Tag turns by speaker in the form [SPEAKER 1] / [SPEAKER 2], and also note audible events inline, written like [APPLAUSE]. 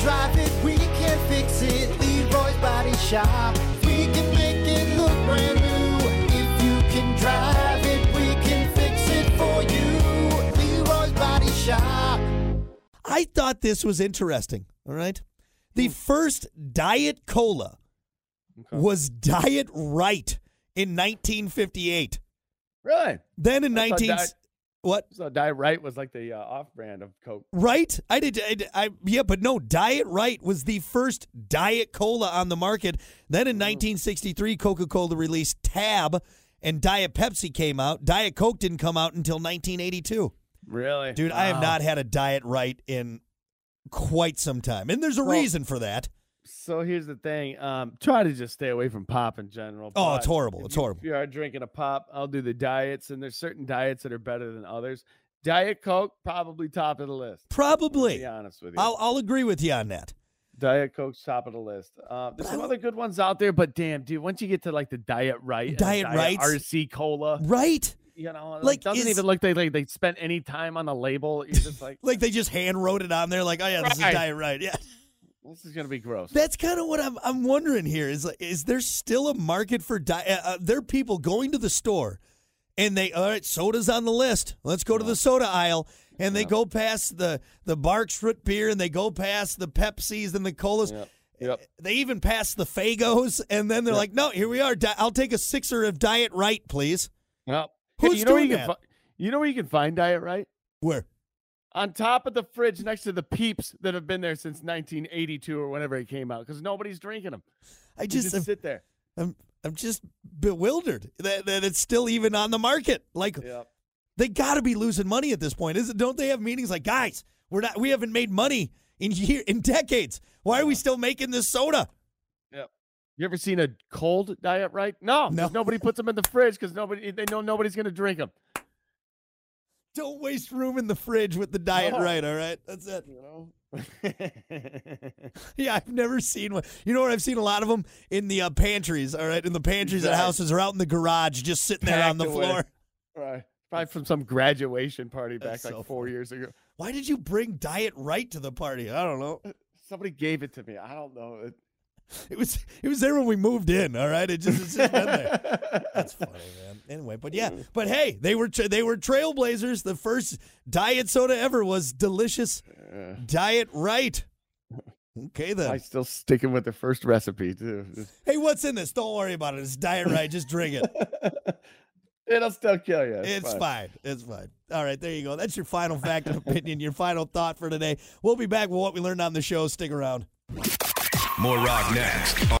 [SPEAKER 1] drive it, we can fix it. Leroy's Body Shop. We can make it look brand new. If you can drive it, we can fix it for you. Leroy's Body Shop.
[SPEAKER 2] I thought this was interesting. All right. The
[SPEAKER 3] Hmm.
[SPEAKER 2] first Diet Cola was Diet Right in 1958.
[SPEAKER 3] Really?
[SPEAKER 2] Then in
[SPEAKER 3] I thought
[SPEAKER 2] 19
[SPEAKER 3] Diet-
[SPEAKER 2] what?
[SPEAKER 3] So Diet Right was like the uh, off-brand of Coke.
[SPEAKER 2] Right? I did I, did- I yeah, but no, Diet Right was the first Diet Cola on the market. Then
[SPEAKER 3] Hmm.
[SPEAKER 2] in 1963 Coca-Cola released Tab and Diet Pepsi came out. Diet Coke didn't come out until 1982.
[SPEAKER 3] Really?
[SPEAKER 2] Dude, I have not had a diet right in quite some time. And there's a
[SPEAKER 3] Well-
[SPEAKER 2] reason for that.
[SPEAKER 3] So here's the thing. Um, try to just stay away from pop in general.
[SPEAKER 2] Oh, it's
[SPEAKER 3] but
[SPEAKER 2] horrible.
[SPEAKER 3] if
[SPEAKER 2] It's
[SPEAKER 3] you-
[SPEAKER 2] horrible.
[SPEAKER 3] If you are drinking a pop, I'll do the diets, and there's certain diets that are better than others. Diet Coke probably top of the list. To
[SPEAKER 2] Probably.
[SPEAKER 3] be honest with you,
[SPEAKER 2] I'll, I'll agree with you on that.
[SPEAKER 3] Diet Coke's top of the list. Uh, there's some other good ones out there, but damn, dude, once you get to like the Diet Right, and the
[SPEAKER 2] Diet Rites?
[SPEAKER 3] RC Cola,
[SPEAKER 2] Right?
[SPEAKER 3] you know, it
[SPEAKER 2] Like,
[SPEAKER 3] doesn't
[SPEAKER 2] is-
[SPEAKER 3] even look like, like they spent any time on the label. You're just like,
[SPEAKER 2] [LAUGHS] Like they just hand wrote it on there, like, oh yeah, this
[SPEAKER 3] Right.
[SPEAKER 2] is diet right. Yeah.
[SPEAKER 3] this is gonna be gross.
[SPEAKER 2] That's kind of what I'm I'm wondering here is like, is there still a market for diet? Uh, there are people going to the store, and they all right, soda's on the list. Let's go to the soda aisle, and they go past the the Barks root beer, and they go past the Pepsis and the colas. [LAUGHS]
[SPEAKER 3] Yep. Yep.
[SPEAKER 2] They even pass the Fagos, and then they're like, "No, here we are. Di- I'll take a sixer of Diet Right, please."
[SPEAKER 3] Well,
[SPEAKER 2] Who's
[SPEAKER 3] you know where
[SPEAKER 2] doing
[SPEAKER 3] you can
[SPEAKER 2] that?
[SPEAKER 3] fi- you know where you can find Diet Right?
[SPEAKER 2] Where?
[SPEAKER 3] on top of the fridge next to the peeps that have been there since 1982 or whenever it came out because nobody's drinking them.
[SPEAKER 2] I
[SPEAKER 3] You
[SPEAKER 2] just,
[SPEAKER 3] just,
[SPEAKER 2] I'm,
[SPEAKER 3] sit there.
[SPEAKER 2] I'm I'm just bewildered that, that it's still even on the market. Like,
[SPEAKER 3] Yep.
[SPEAKER 2] They got to be losing money at this point, is it? Don't they have meetings like, guys, we're not, we haven't made money in year in decades. Why are we still making this soda?
[SPEAKER 3] You ever seen a cold diet right? No, 'cause
[SPEAKER 2] No.
[SPEAKER 3] Nobody puts them in the fridge because nobody eh, they know nobody's gonna drink them.
[SPEAKER 2] Don't waste room in the fridge with the diet
[SPEAKER 3] No.
[SPEAKER 2] right. All right, that's it.
[SPEAKER 3] You
[SPEAKER 2] [LAUGHS]
[SPEAKER 3] know.
[SPEAKER 2] Yeah, I've never seen one. You know what? I've seen a lot of them in the uh, pantries. All right, in the pantries at
[SPEAKER 3] Exact-
[SPEAKER 2] houses or out in the garage, just sitting there on
[SPEAKER 3] Packed
[SPEAKER 2] the
[SPEAKER 3] away.
[SPEAKER 2] floor.
[SPEAKER 3] right. Probably from some graduation party back
[SPEAKER 2] That's
[SPEAKER 3] like
[SPEAKER 2] so
[SPEAKER 3] four years ago.
[SPEAKER 2] Why did you bring diet right to the party? I don't know.
[SPEAKER 3] Somebody gave it to me. I don't know. It-
[SPEAKER 2] It was it was there when we moved in. All right, it just it's just been there. [LAUGHS] That's funny, man. Anyway, but yeah, but hey, they were tra- they were trailblazers. The first diet soda ever was delicious diet [LAUGHS] right. Okay
[SPEAKER 3] [LAUGHS] I
[SPEAKER 2] then.
[SPEAKER 3] still sticking with the first recipe too.
[SPEAKER 2] Hey, what's in this? Don't worry about it. It's diet right. Just drink [LAUGHS] it.
[SPEAKER 3] It'll still kill you.
[SPEAKER 2] It's, fine. It's fine. All right, there you go. That's your final fact and opinion. Your final thought for today. We'll be back with what we learned on the show. Stick around.
[SPEAKER 4] More rock next.